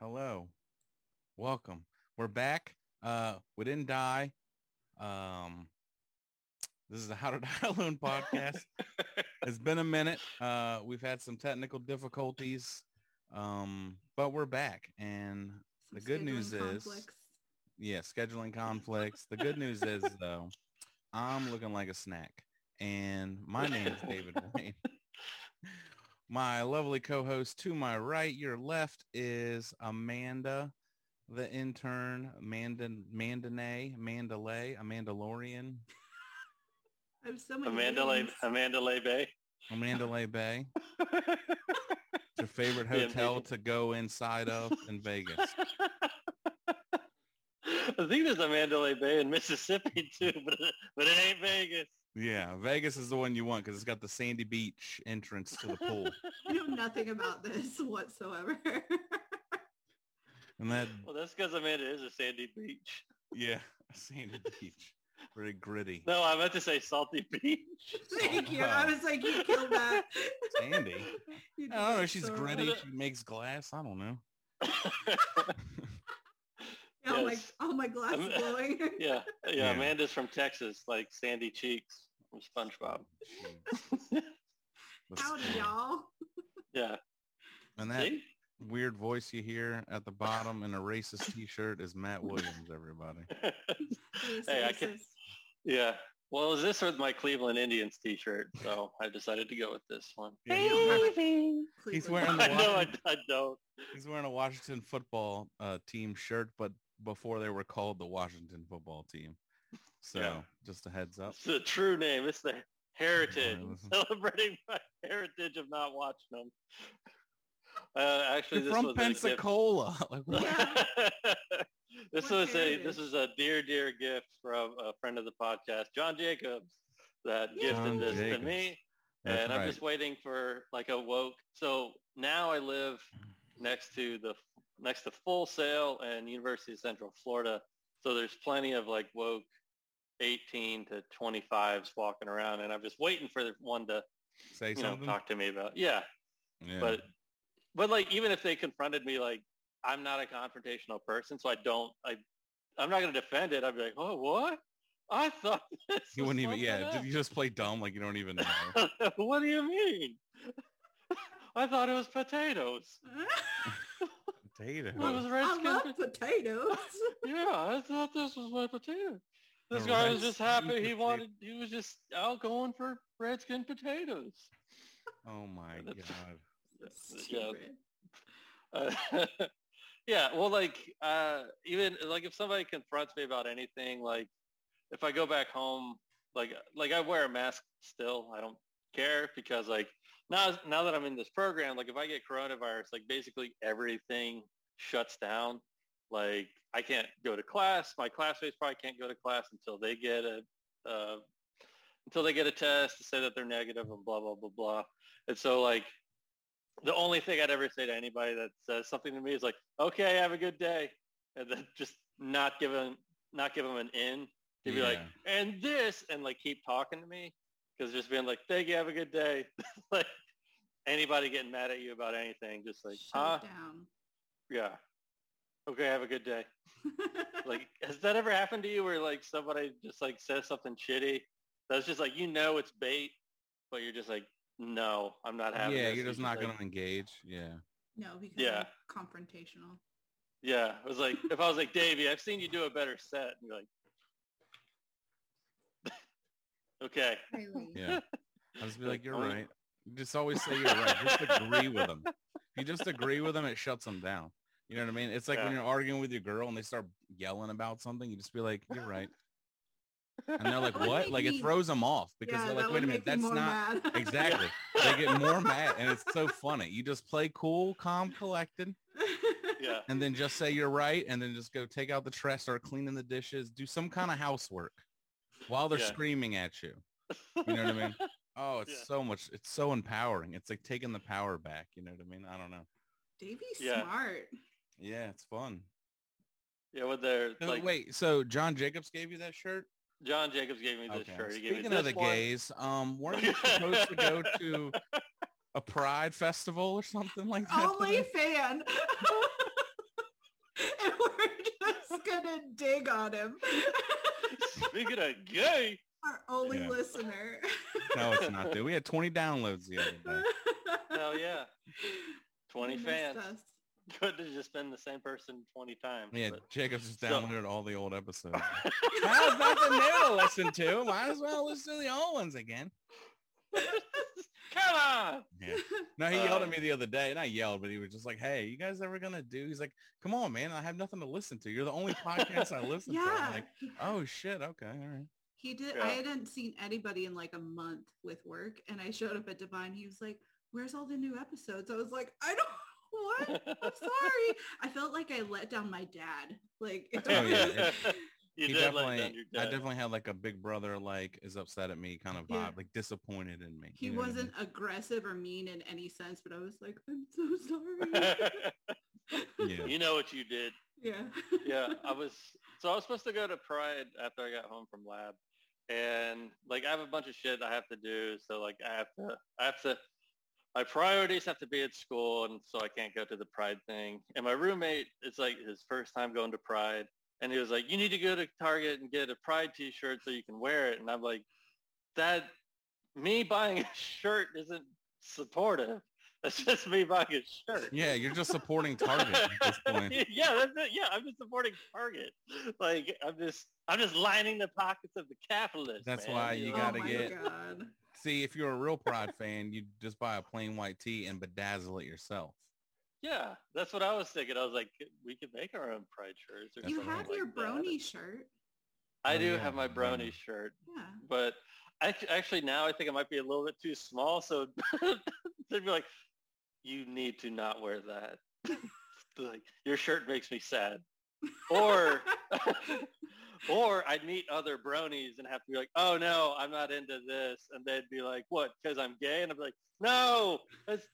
Hello. Welcome. We're back. Uh, we didn't die. Um, this is the How to Die Alone podcast. it's been a minute. Uh, we've had some technical difficulties, um, but we're back. And the good news is, yeah, scheduling conflicts. The good news is, though, I'm looking like a snack. And my name is David Wayne. My lovely co-host to my right, your left is Amanda, the intern, Mandan, Mandanay, Mandalay, a Mandalorian, I have so many Amanda Lay, names. Amanda Lay Bay. a Mandalay Bay. It's your favorite hotel to go inside of in Vegas. I think there's a Mandalay Bay in Mississippi too, but but it ain't Vegas. Yeah, Vegas is the one you want because it's got the sandy beach entrance to the pool I know nothing about this whatsoever. and that Well, that's because Amanda is a sandy beach. yeah sandy beach, very gritty. No, I meant to say salty beach. Thank you. I was like, you killed that. Sandy. You did I don't know. it She's so gritty. well. She makes glass. I don't know. Oh my, Yes. oh my glass Am- is blowing. Yeah, yeah, Yeah. Amanda's from Texas, like sandy cheeks from SpongeBob. The Howdy, skin. y'all. Yeah, And that see, weird voice you hear at the bottom in a racist t-shirt is Matt Williams, everybody. Hey, I can- yeah. Well, it was this with my Cleveland Indians T-shirt, so I decided to go with this one. Yeah, you don't have- He's wearing the I know water. I, I don't. he's wearing a Washington football uh, team shirt, but before they were called the Washington football team. So Yeah. just a heads up. It's the true name. It's the heritage. Alright, listen. Celebrating my heritage of not watching them. Uh, actually, You're this from was a gift. Pensacola. Like, what? this What was a heritage? this was a dear dear gift from a friend of the podcast, John Jacobs, that Yeah. John gifted this Jacobs. to me, That's and I'm right. just waiting for like a woke. So now I live next to the next to Full Sail and University of Central Florida. So there's plenty of like woke 18 to 25s walking around, and I'm just waiting for one to say you know something. talk to me about yeah. Yeah. But but like even if they confronted me, like I'm not a confrontational person, so I don't I I'm not going to defend it. I'd be like, oh what? I thought this you was wouldn't even. something Yeah, else." you just play dumb like you don't even know. what do you mean? I thought it was potatoes. It Potato. was I red skin. love potatoes. yeah, I thought this was my potato. This The guy red was just skin happy. He potato. wanted. He was just out going for red skin potatoes. Oh my god. Stupid. Uh, yeah well like uh even like if somebody confronts me about anything like if i go back home like like i wear a mask still i don't care because like now now that i'm in this program like if i get coronavirus like basically everything shuts down like i can't go to class my classmates probably can't go to class until they get a uh, until they get a test to say that they're negative and blah blah blah blah and so like the only thing I'd ever say to anybody that says something to me is like, okay, have a good day. And then just not give them, not give them an in to be like, Yeah. and this, and like keep talking to me. Cause just being like, thank you, have a good day. like anybody getting mad at you about anything, just like, huh? Shut it down. Yeah. Okay, have a good day. Like, has that ever happened to you where like somebody just like says something shitty? That's just like, you know, it's bait, but you're just like, no, I'm not having Yeah, this." you're just not like- gonna engage. Yeah. no, because Yeah. I'm confrontational. Yeah, I was like, if I was like, Davey, I've seen you do a better set, and you're like, okay, Really? Yeah. I'll just be like, you're Oh. right. Just always say you're right. Just agree with them. If you just agree with them, it shuts them down. You know what I mean? It's like when Yeah. you're arguing with your girl and they start yelling about something, you just be like, you're right. And they're like, That would what? make Like it me- throws them off because Yeah, they're that like, would wait a make minute, that's me more not mad. exactly. They get more mad and it's so funny. You just play cool, calm, collected, yeah, and then just say you're right and then just go take out the trash, start cleaning the dishes, do some kind of housework while they're Yeah. screaming at you. You know what I mean? Oh, it's Yeah. so much. It's so empowering. It's like taking the power back. You know what I mean? I don't know. Davey's Yeah. smart. Yeah, it's fun. yeah. When they're So, like, wait, so John Jacobs gave you that shirt? John Jacobs gave me this shirt. He gave Speaking me of this the one. gays, um, weren't you supposed to go to Oh a pride festival or something like that? Only fan. gonna dig on him. Speaking of gay, Our only Yeah. listener. No, it's not. Dude, we had 20 downloads the other day. hell yeah, 20 He missed fans. us. Could have just been the same person 20 times. Yeah, but- Jacob's just So- downloaded all the old episodes. How's nothing new to listen to? Might as well listen to the old ones again. Come on! Yeah. No, he yelled at Um, me the other day, and I yelled, but he was just like, "Hey, you guys ever gonna do?" He's like, "Come on, man! I have nothing to listen to. You're the only podcast I listen to." yeah. I'm like, he- "Oh shit! Okay, all right." He did. Yeah. I hadn't seen anybody in like a month with work, and I showed up at Divine. He was like, "Where's all the new episodes?" I was like, "I don't what." I'm sorry. I felt like I let down my dad. Like it Oh, yeah, was- yeah. You he did definitely, like that. You're I dead. definitely had like a big brother like is upset at me kind of vibe, Yeah. like disappointed in me. he you know what I mean? wasn't aggressive or mean in any sense, but I was like, "I'm so sorry." Yeah. you know what you did. yeah. yeah, I was so I was supposed to go to Pride after I got home from lab, and like I have a bunch of shit I have to do. So like I have to, I have to, my priorities have to be at school, and so I can't go to the Pride thing. And my roommate, it's like his first time going to Pride, and he was like, "You need to go to Target and get a Pride T-shirt so you can wear it." And I'm like, "That me buying a shirt isn't supportive. That's just me buying a shirt." Yeah, you're just supporting Target at this point. yeah, that's it. Yeah, I'm just supporting Target. Like I'm just I'm just lining the pockets of the capitalists. That's man. why you know? gotta oh my get- God. See, if you're a real Pride fan, you just buy a plain white tee and bedazzle it yourself. Yeah, that's what I was thinking. I was like, we could make our own pride shirts. Or You something have like your that. brony shirt. I Oh, do yeah, have my yeah. brony shirt, Yeah. but I actually now I think it might be a little bit too small. So they'd be like, you need to not wear that. like your shirt makes me sad. Or or I'd meet other bronies and have to be like, oh no, I'm not into this. And they'd be like, what? Because I'm gay? And I'd be like, no, it's,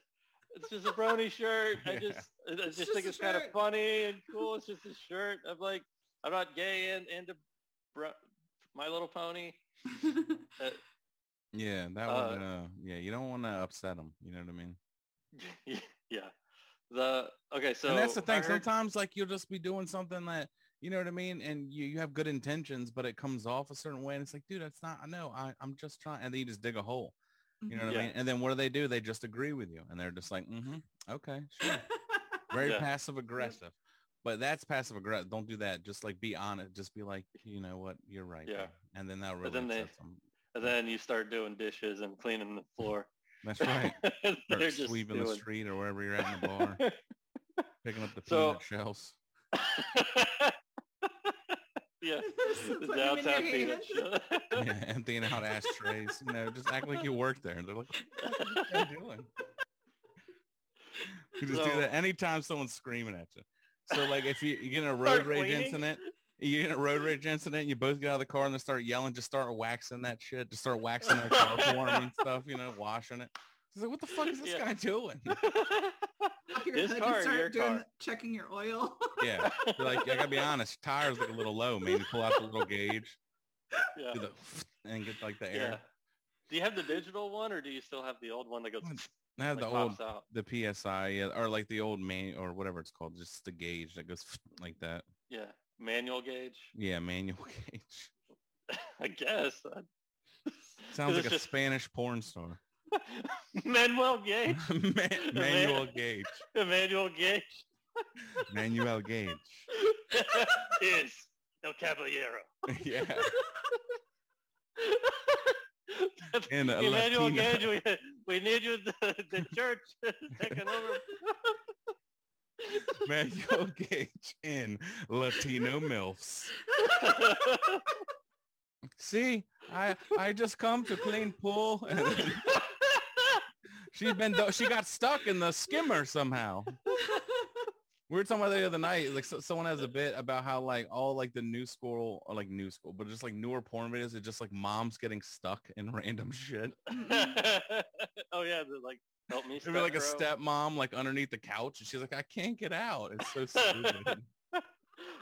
it's just a brony shirt. I Yeah. just, I just just think a it's kind of shirt." funny and cool. It's just a shirt. I'm like, I'm not gay and into bro- My Little Pony. Yeah, that Uh, would. Uh, yeah, you don't want to upset them. You know what I mean? yeah. The okay, so and that's the I thing. heard- Sometimes like you'll just be doing something that you know what I mean, and you you have good intentions, but it comes off a certain way, and it's like, dude, that's not. I know. I I'm just trying, and then you just dig a hole. You Mhm. know what I Yeah. mean? And then what do they do? They just agree with you, and they're just like, mm-hmm, okay, sure. Very Yeah. passive aggressive. But that's passive aggressive. Don't do that. Just like be honest. Just be like, you know what? You're right. Yeah. man." And then that really then they- upsets 'em. and then you start doing dishes and cleaning the floor. That's right. And Or They're just sweeping the doing- street or wherever you're at in the bar, picking up the So- peanut shells. yeah. The Putting them in downtown your peanut hand. shell. Yeah, emptying out ashtrays. You know, just act like you work there. And they're like, what are you doing? You just do So- that anytime someone's screaming at you. So like if you, you get in a road Start rage cleaning. incident, you get in a road rage incident, you both get out of the car and they start yelling, just start waxing that shit, just start waxing that car form and stuff, you know, washing it. It's like, what the fuck is this Yeah. guy doing? Pop your His hood car or and start your doing car? the- checking your oil. Yeah. You're like, I gotta be honest, your tires look a little low, man. You pull out the little gauge, Yeah. do the and get like the yeah. air. Do you have the digital one or do you still have the old one that goes It's I have like, the old pops out? the PSI yeah, or like the old man or whatever it's called, just the gauge that goes like that. Yeah. Manual gauge? Yeah, manual gauge. I guess. Sounds like It's a just- Spanish porn star. Manual gauge? Ma- manual gauge. Manual gauge Manual gauge. is El Caballero. yeah. In a Emmanuel Latino- Gage, we, we need you. The, the church is taking over. Manual gauge in Latino MILFs. See, I I just come to clean pool. and She's been do- she got stuck in the skimmer somehow. We were talking about that the other night. Like so, someone has a bit about how like all like the new school or like new school, but just like newer porn videos, it's just like moms getting stuck in random shit. oh yeah, they're like help me. It'd be like a bro." stepmom like underneath the couch and she's like, I can't get out. It's so stupid.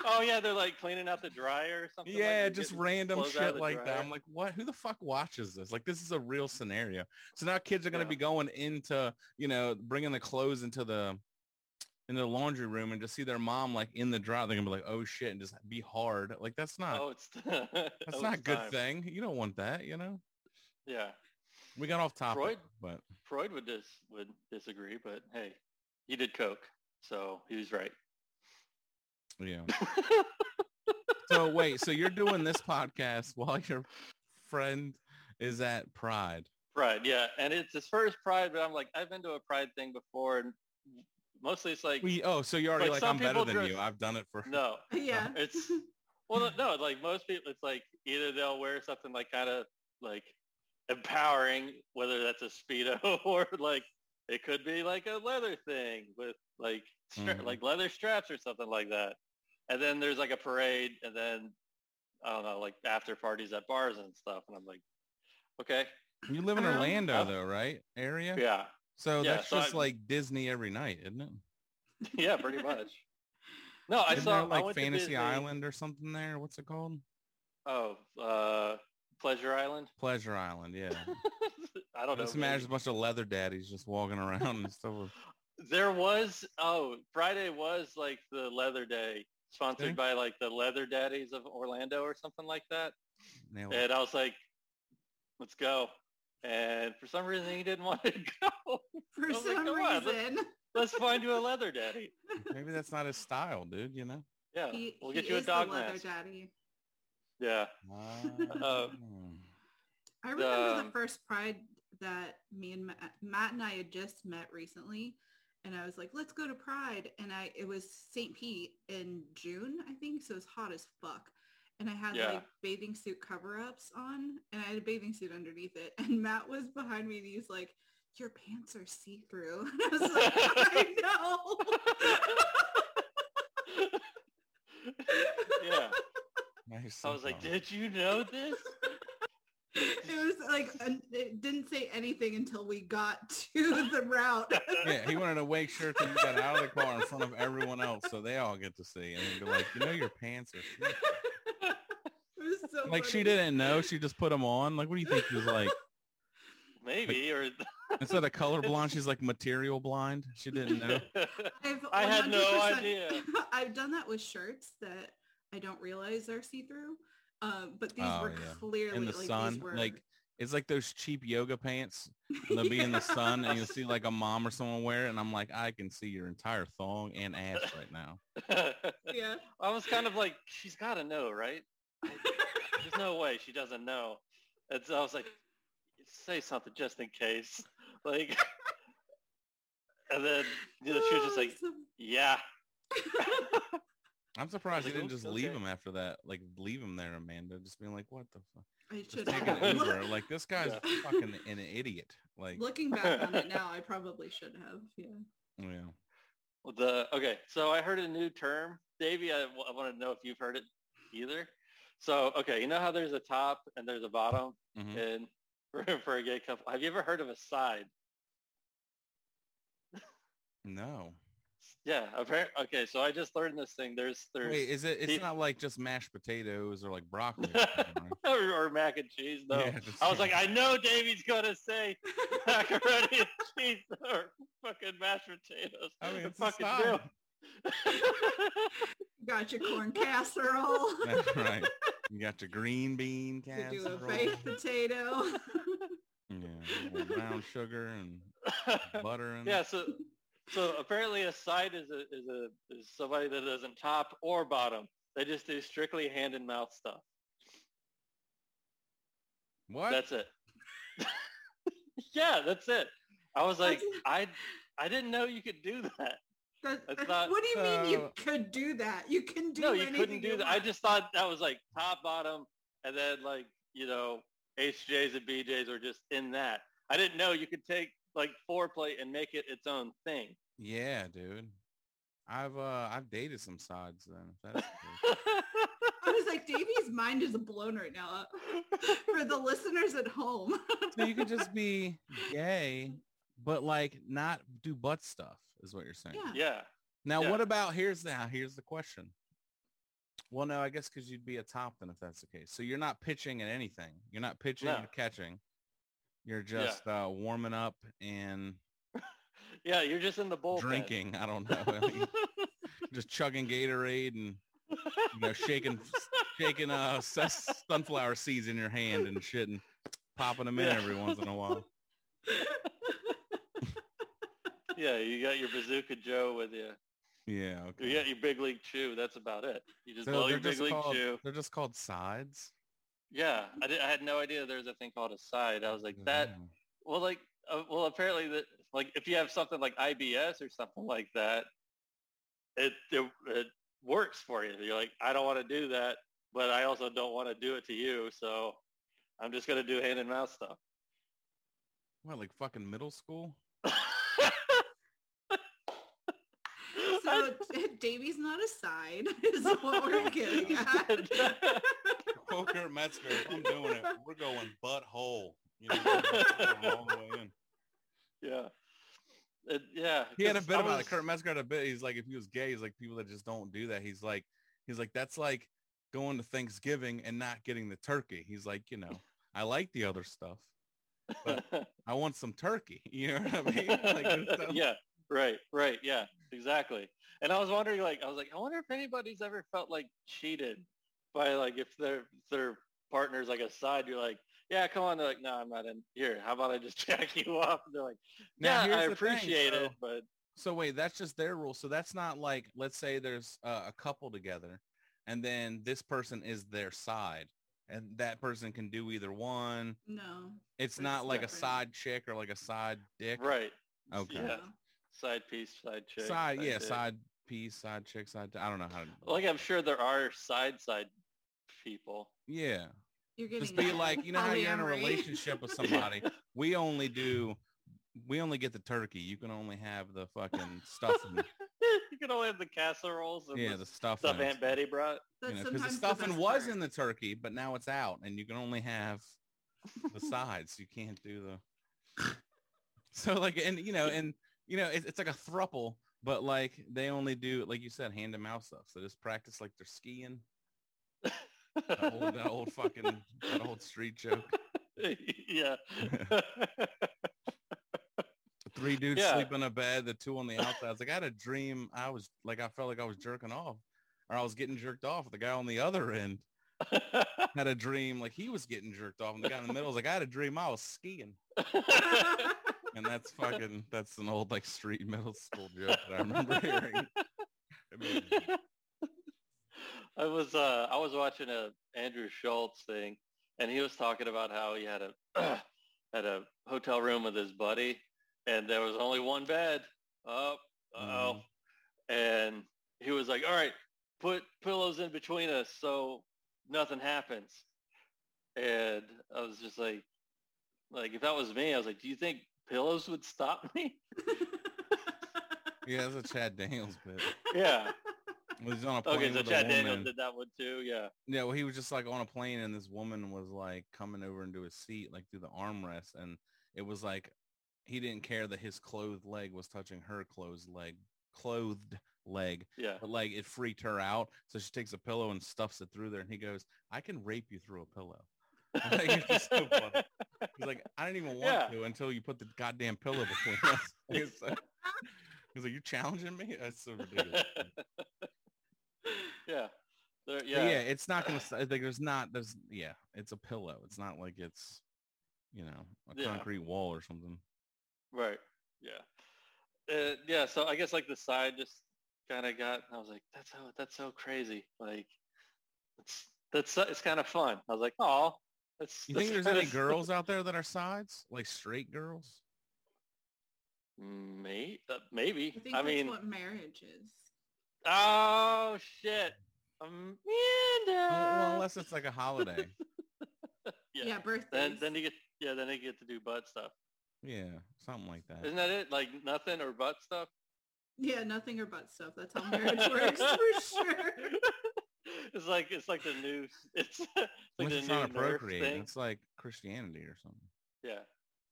Oh yeah, they're like cleaning out the dryer or something. like yeah, you're just getting random clothes out of shit the like that. dryer. I'm like, what? Who the fuck watches this? Like this is a real scenario. So now kids are going to be Yeah. going into, you know, bringing the clothes into the in the laundry room and just see their mom like in the dryer, they're gonna be like, "Oh shit!" and just be hard. Like that's not oh, it's that's that's not a good thing. You don't want that, you know. Yeah, We got off topic, Freud? but Freud would dis- would disagree, but hey, he did coke, so he was right. yeah. So wait, so you're doing this podcast while your friend is at Pride. Pride, yeah, and it's his first Pride, but I'm like, I've been to a Pride thing before, and mostly it's like, We, oh, so you're already Like, like, some I'm better people than dress- you. I've done it for. no, yeah. it's well, no, like most people, it's like either they'll wear something like kind of like empowering, whether that's a speedo or like it could be like a leather thing with like stra- Mhm. like leather straps or something like that, and then there's like a parade, and then I don't know, like after parties at bars and stuff, and I'm like, okay, You live in Um, Orlando uh, though, right? Area. yeah, So Yeah, that's so just I- like Disney every night, isn't it? yeah, pretty much. No, I Isn't saw there, like I went to Fantasy Disney- Island or something there. What's it called? Oh, uh, Pleasure Island. Pleasure Island. Yeah. I don't know. just maybe. imagine a bunch of leather daddies just walking around and stuff. with- There was oh Friday was like the Leather Day sponsored Okay. by like the Leather Daddies of Orlando or something like that, nailed it. and I was like, let's go. And for some reason he didn't want to go. For Oh my some God, that's- reason. Let's find you a leather daddy. Maybe that's not his style, dude. You know. Yeah, He, we'll he get you a is the dog leather mask. daddy. Yeah, Uh, Mm. I remember the Um, first pride that me and Matt, Matt and I had just met recently. And I was like, let's go to Pride. And I it was St. Pete in June, I think. So it was hot as fuck. And I had Yeah. like bathing suit cover-ups on and I had a bathing suit underneath it. And Matt was behind me and he's like, your pants are see-through. And I was like, I know. yeah. Nice I was like, somehow. did you know this? it was like an, it didn't say anything until we got to the route. Yeah, he wanted to make sure that you got out of the car in front of everyone else, so they all get to see, and he'd be like, "You know, your pants are." see-through." It was so Like she funny. didn't know. She just put them on. Like, what do you think? She was like, Maybe or instead of colorblind, she's like material blind. She didn't know. I've I had no 100% idea. I've done that with shirts that I don't realize are see through. Um, but these Oh, were yeah. clearly In the like, sun, these were, like it's like those cheap yoga pants. And they'll be in the sun, and you'll see like a mom or someone wear it, and I'm like, I can see your entire thong and ass right now. yeah. I was kind of like, she's got to know, right? There's no way she doesn't know. And so I was like, say something just in case. Like, and then you know, she was just like, yeah. I'm surprised you Like, didn't just "Oops, leave okay." him after that. Like leave him there, Amanda. Just being like, what the fuck? I Just should take an Uber. have. Like this guy's Yeah. fucking an idiot. Like, Looking back on it now, I probably should have. Yeah. yeah. The okay, so I heard a new term, Davey. I, want to know if you've heard it either. So okay, you know how there's a top and there's a bottom, Mhm. and for, for a gay couple, have you ever heard of a side? No. Yeah, apparently. Okay, so I just learned this thing. There's there's Wait, is it? It's he- not like just mashed potatoes or like broccoli. or something, right? or, or mac and cheese though. Yeah, just- I was like, I know Davey's gonna say macaroni and cheese or fucking mashed potatoes. I mean, it's a fucking side. Got your corn casserole. That's right. You got your green bean to do a casserole. baked potato. Yeah, with brown sugar and do. butter and yeah, so so apparently a side is a is a is somebody that doesn't top or bottom. They just do strictly hand and mouth stuff. what? That's it. yeah, that's it. I was like, That's- I I didn't know you could do that. That- uh, That's not- what do you mean you So- could do that? You can do no, you anything couldn't do that. I want. just thought that was like top bottom, and then like you know HJs and BJs are just in that. I didn't know you could take like foreplay and make it its own thing. yeah, dude. I've uh I've dated some sides then. If that's the case. I was like, Davey's mind is blown right now. uh, For the listeners at home, so you could just be gay, but like not do butt stuff is what you're saying. yeah. yeah, Now Yeah. what about here's now here's the question. Well, no, I guess because you'd be a top then if that's the case. So you're not pitching at anything. You're not pitching No. or catching. You're just uh, warming up and yeah, you're just in the bullpen. drinking. I don't know. I mean, just chugging Gatorade and you know shaking shaking uh sus- sunflower seeds in your hand and shit and popping them in Yeah. every once in a while. yeah, you got your bazooka Joe with you. Yeah. Okay. You got your big league chew. That's about it. You just So blow they're your big just league called chew. they're just called sides. Yeah, I, did, I had no idea there was a thing called a side. I was like that. Oh. Well, like, uh, well, apparently that, like, if you have something like IBS or something like that, it it, it works for you. You're like, I don't want to do that, but I also don't want to do it to you, so I'm just gonna do hand and mouth stuff. What like fucking middle school? So Davey's not a side is what we're getting at. Poker Metzger. If I'm doing it, we're going butthole. You know, we're going all the way in. yeah. It, yeah. He had a 'cause bit I about was- it. Kurt Metzger had a bit. He's like, if he was gay, he's like people that just don't do that. He's like, he's like that's like going to Thanksgiving and not getting the turkey. He's like, you know, I like the other stuff. I want some turkey. You know what I mean? Like, there's some- yeah, right, right, yeah, exactly. And I was wondering, like, I was like, I wonder if anybody's ever felt like cheated by like if their their partner's like a side. You're like, yeah, come on. They're like, no, I'm not in here. How about I just jack you off? And they're like, Now, yeah, here's I the thing, appreciate so- it, but So wait, that's just their rule. So that's not like, let's say there's uh, a couple together and then this person is their side and that person can do either one. No. It's That's not like a different. side chick or like a side dick. right, Okay. Yeah. no. side piece, side chick, Side, yeah, dick. side piece, side chick, side. I don't know how. To, Like I'm sure there are side side people. yeah, You're getting just be at like, you know how you're in a polyamory. relationship with somebody. We only do, we only get the turkey. You can only have the fucking stuffing. you can only have the casseroles and yeah, the the stuffing. stuff Aunt Betty brought. That's you know, because the sometimes stuffing best was part. in the turkey, but now it's out, and you can only have the sides. You can't do the. So like, and you know, and you know, it's, it's like a thruple, but like they only do, like you said, hand to mouth stuff. So just practice like they're skiing. That old, that old fucking, that old street joke. yeah. Three dudes Yeah. sleep in a bed, the two on the outside. It's like I had a dream. I was like, I felt like I was jerking off, or I was getting jerked off. The guy on the other end had a dream like he was getting jerked off, and the guy in the middle was like, I had a dream I was skiing. And that's fucking that's an old like street middle school joke that I remember hearing. I mean, I was uh, I was watching a Andrew Schultz thing, and he was talking about how he had a had a hotel room with his buddy, and there was only one bed. Oh, oh, Mhm. and he was like, "All right, put pillows in between us so nothing happens." And I was just like, like if that was me, I was like, "Do you think pillows would stop me?" yeah, that's a Chad Daniels bit. yeah. He was on a plane Okay, so with a Chad woman. Daniels did that one too. Yeah. Yeah, well, he was just like on a plane, and this woman was like coming over into his seat, like through the armrest, and it was like he didn't care that his clothed leg was touching her clothed leg, clothed leg, Yeah. but like it freaked her out. So she takes a pillow and stuffs it through there, and he goes, "I can rape you through a pillow." Like, it's just so funny. He's like, "I didn't even want Yeah. to until you put the goddamn pillow between us." He's like, he's like, "You challenging me? That's so ridiculous." yeah. There- But yeah. yeah, it's not gonna s- like there's not there's yeah it's a pillow it's not like it's you know a Yeah. concrete wall or something Right. Yeah. Uh, yeah. So I guess like the side just kind of got. I was like, that's so that's so crazy. Like, it's that's it's kind of fun. I was like, oh, that's. you that's think there's kinda any s- girls out there that are sides like straight girls Me, uh, maybe. I think I, that's mean, what marriage is. oh shit, Amanda. Uh, well, well, unless it's like a holiday yeah. Yeah, birthdays. Then then you get yeah then they get to do butt stuff. yeah something like that Isn't that it? Like nothing or butt stuff. Yeah, nothing or butt stuff. That's how marriage works for sure. It's like it's like the new it's, it's like unless the it's new not Nerf appropriate thing. it's like Christianity or something Yeah.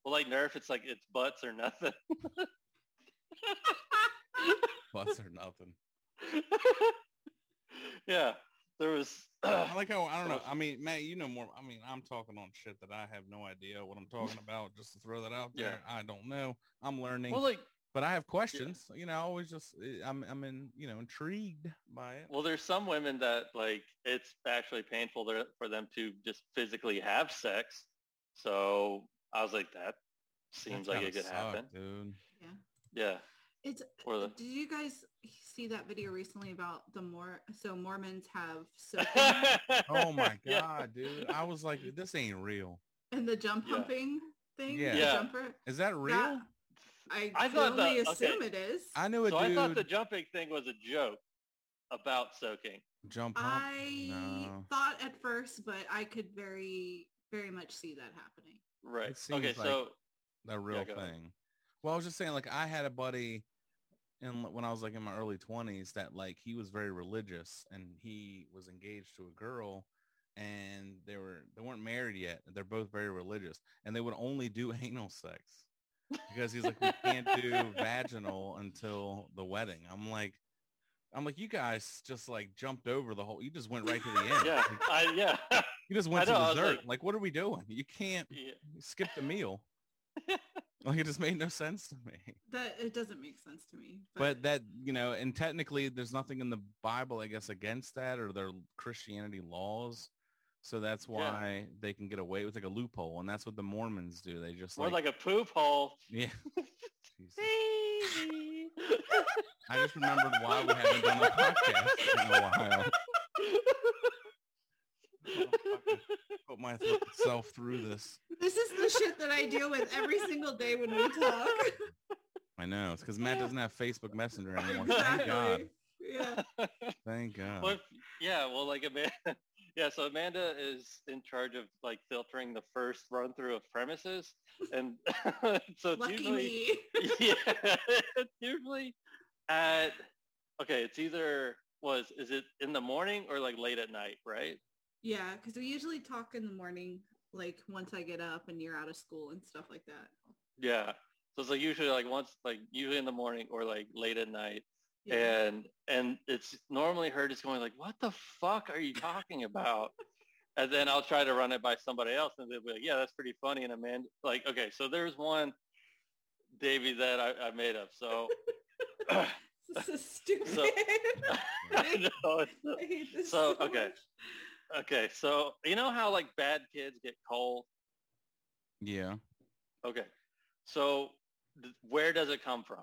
Well, like Nerf, it's like it's butts or nothing. butts or nothing yeah. There was. I like how I don't know Well- I mean Matt you know more I mean I'm talking on shit that I have no idea what I'm talking about just to throw that out Yeah. there I don't know I'm learning well, like but I have questions. You know, I always just eh, I'm I'm in you know intrigued by it. Well, there's some women that like it's actually painful there- for them to just physically have sex. So I was like, that seems That like it kinda could happen. sucked, dude. Yeah. It's Or the, Did you guys see that video recently about the more so Mormons have soaking Oh my Yeah. god, dude! I was like, this ain't real. and the jump Yeah. humping thing? Yeah. The Yeah. jumper? Is that real? That- I, I can thought only that- okay. assume it is. I knew a So I dude thought the jumping thing was a joke about soaking. jump. hump. I No. thought at first, but I could very, very much see that happening. Right. It Okay. seems like- so a real go ahead. thing. Well, I was just saying, like, I had a buddy in when I was like in my early twenties that like he was very religious and he was engaged to a girl and they were they weren't married yet. They're both very religious and they would only do anal sex because he's like, we can't do vaginal until the wedding. I'm like, I'm like, you guys just like jumped over the whole. You just went right to the end. yeah, Like, I yeah. you just went I know, to I was dessert. like- like, what are we doing? You can't yeah. skip the meal. like it just made no sense to me That it doesn't make sense to me. but that you know and technically there's nothing in the bible i guess against that or their christianity laws so that's Yeah. why they can get away with like a loophole and that's what the mormons do they just More like, like a poop hole. yeah Jesus. i just remembered why we haven't done a podcast in a while put myself through this this is the shit that I deal with every single day when we talk. i know it's because matt doesn't have facebook messenger anymore thank god exactly. Yeah. thank god Well, if- yeah, well, like Amanda, yeah, so Amanda is in charge of like filtering the first run through of premises, and so it's Lucky usually, me. yeah, it's usually at okay, it's either was is it in the morning or like late at night, right? Yeah, because we usually talk in the morning, like once I get up and you're out of school and stuff like that. Yeah, so it's like usually like once like usually in the morning or like late at night, Yeah. and and it's normally her just going like what the fuck are you talking about and then i'll try to run it by somebody else and they'll be like yeah that's pretty funny and amanda like okay so there's one davey that i, I made up so This is stupid. So- I know, it's- I hate this So, so, okay. much. okay so you know how like bad kids get cold yeah okay so th- where does it come from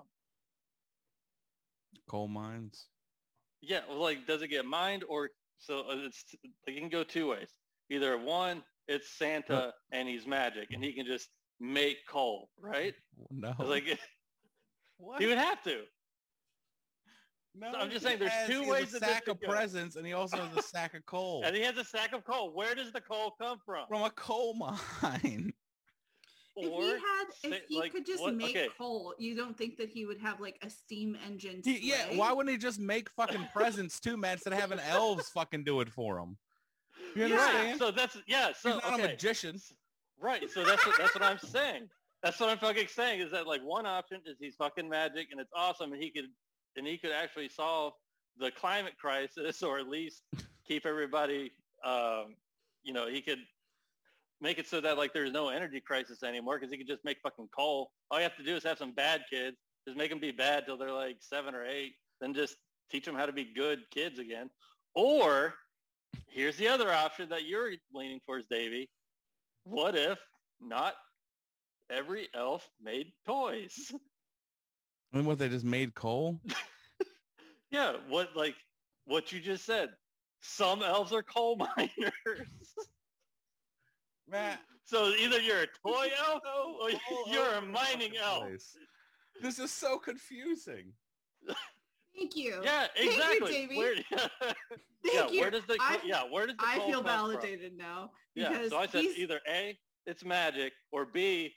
coal mines Yeah, well, like, does it get mined or so? uh, It's like it can go two ways. Either one, it's Santa and he's magic and he can just make coal, right? no Like what? he would have to. No, I'm just he saying there's has- two he has ways a that this sack of could go. presents, and he also has a sack of coal And he has a sack of coal. Where does the coal come from? from a coal mine. If or he had, if say- he like, could just what- make okay. coal, you don't think that he would have like a steam engine? He- yeah, sleigh? why wouldn't he just make fucking presents too, man? Instead of having elves fucking do it for him, You Yeah, understand? So that's yeah. So he's not a okay. magician. Right. So that's what, that's what I'm saying. That's what I'm fucking saying is that like one option is he's fucking magic and it's awesome and he could and he could actually solve the climate crisis or at least keep everybody um, you know he could make it so that like there's no energy crisis anymore because he could just make fucking coal. All you have to do is have some bad kids, just make them be bad till they're like seven or eight, then just teach them how to be good kids again. Or here's the other option that you're leaning towards, Davey what if not every elf made toys? And what they just made coal? yeah, what like what you just said. Some elves are coal miners. Matt, so either you're a toy elf or all you're over a the mining fucking elf. place. This is so confusing. Thank you. Yeah, you, exactly. Davey. where, yeah, Thank you. where does the I- yeah, where does the I coal feel come from? validated now Yeah, because so I said he's either A, it's magic, or B,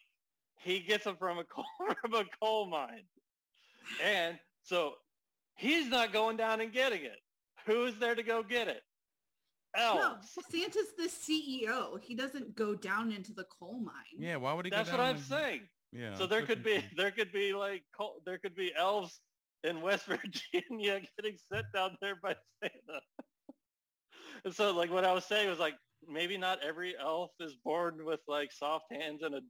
he gets them from a coal, from a coal mine. And so he's not going down and getting it. Who's there to go get it? no, Elves. Santa's the CEO. He doesn't go down into the coal mine. Yeah, why would he? That's go what down I'm there? saying. Yeah. so it's there could be confusing. there could be like coal, there could be elves in West Virginia getting sent down there by Santa. and so like what I was saying was like maybe not every elf is born with like soft hands and a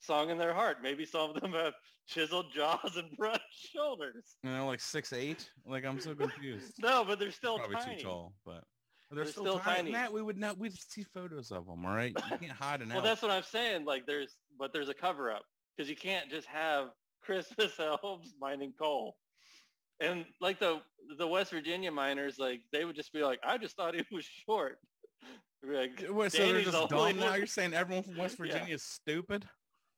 song in their heart. Maybe some of them have chiseled jaws and broad shoulders. You know, like six eight. Like I'm so confused. No, but they're still Probably tiny. too tall, but they're, They're still, still tiny. tiny. Matt, we would not. We'd see photos of them. All right, you can't hide an Well, elf. that's what I'm saying. Like there's, but there's a cover up because you can't just have Christmas elves mining coal. And like the the West Virginia miners, like they would just be like, I just thought he was short. They'd be like, Wait, so they're Danny's just the only dumb now. one- You're saying everyone from West Yeah. Virginia is stupid?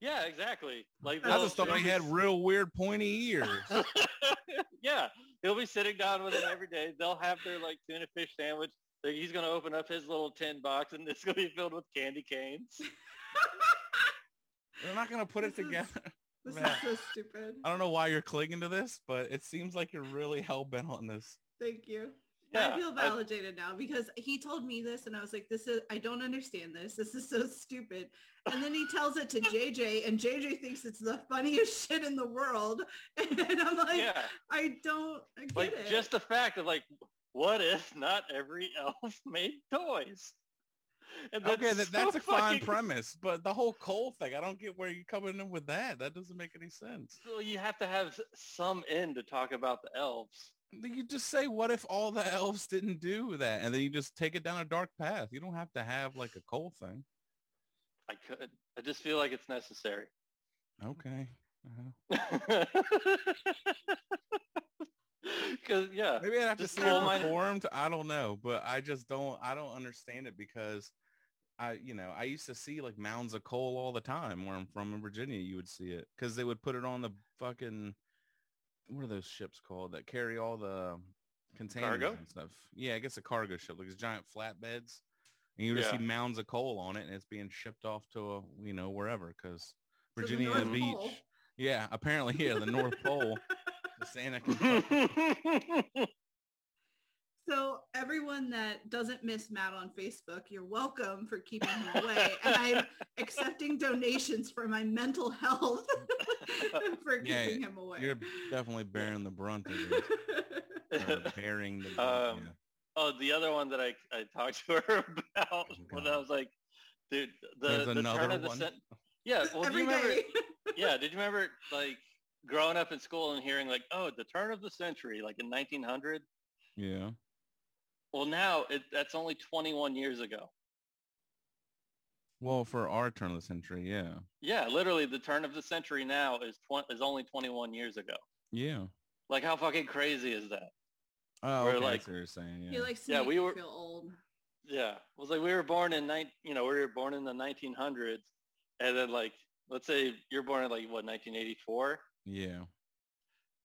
yeah, exactly. Like I they'll- just thought they'll they be- had real weird pointy ears. yeah, he'll be sitting down with it every day. They'll have their like tuna fish sandwich. They- He's gonna open up his little tin box, and it's gonna be filled with candy canes. They're not gonna put it This is- together. This Matt. is so stupid. I don't know why you're clinging to this, but it seems like you're really hell bent on this. Thank you. Yeah, I feel I- validated now because he told me this and I was like, this is, I don't understand this. This is so stupid. And then he tells it to JJ and JJ thinks it's the funniest shit in the world. And I'm like, yeah, I don't I get like it. just the fact of like, what if not every elf made toys? And okay, that, so that's a fine fucking- premise, but the whole coal thing, I don't get where you're coming in with that. That doesn't make any sense. So you have to have some end to talk about the elves. You just say, what if all the elves didn't do that? And then you just take it down a dark path. You don't have to have like a coal thing. I could. I just feel like it's necessary. Okay. Uh-huh. Because yeah, Maybe I'd have to Just see coal it mine- performed. I don't know, but I just don't. I don't understand it because I, you know, I used to see like mounds of coal all the time where I'm from in Virginia. You would see it because they would put it on the fucking what are those ships called that carry all the containers Cargo? and stuff? Yeah, I guess a cargo ship, like these giant flatbeds, and you would just Yeah. see mounds of coal on it, and it's being shipped off to a, you know wherever because the Virginia North Beach. Pole. Yeah, apparently, yeah, the North Pole. The Santa can fucking- yeah, So everyone that doesn't miss Matt on Facebook, you're welcome for keeping him away. and I'm accepting donations for my mental health for keeping Yeah, him away. You're definitely bearing the brunt of this. or bearing the brunt, Um, yeah. Oh, the other one that I, I talked to her about Oh, when God. I was like, dude, the, There's the turn another of the one? cent- Yeah, well, do Every you remember? day. Yeah, did you remember like growing up in school and hearing like, oh, the turn of the century, like in 1900? yeah. Well, now it, that's only 21 years ago. Well, for our turn of the century, yeah, Yeah, literally, the turn of the century now is tw- is only 21 years ago. yeah. Like, how fucking crazy is that? Oh, Where, okay, like- that's what you're saying. He Yeah. likes to Yeah, make we you were- feel old. Yeah, it was like we were born in nine, you know, we were born in the 1900s, and then like let's say you're born in like what 1984, yeah.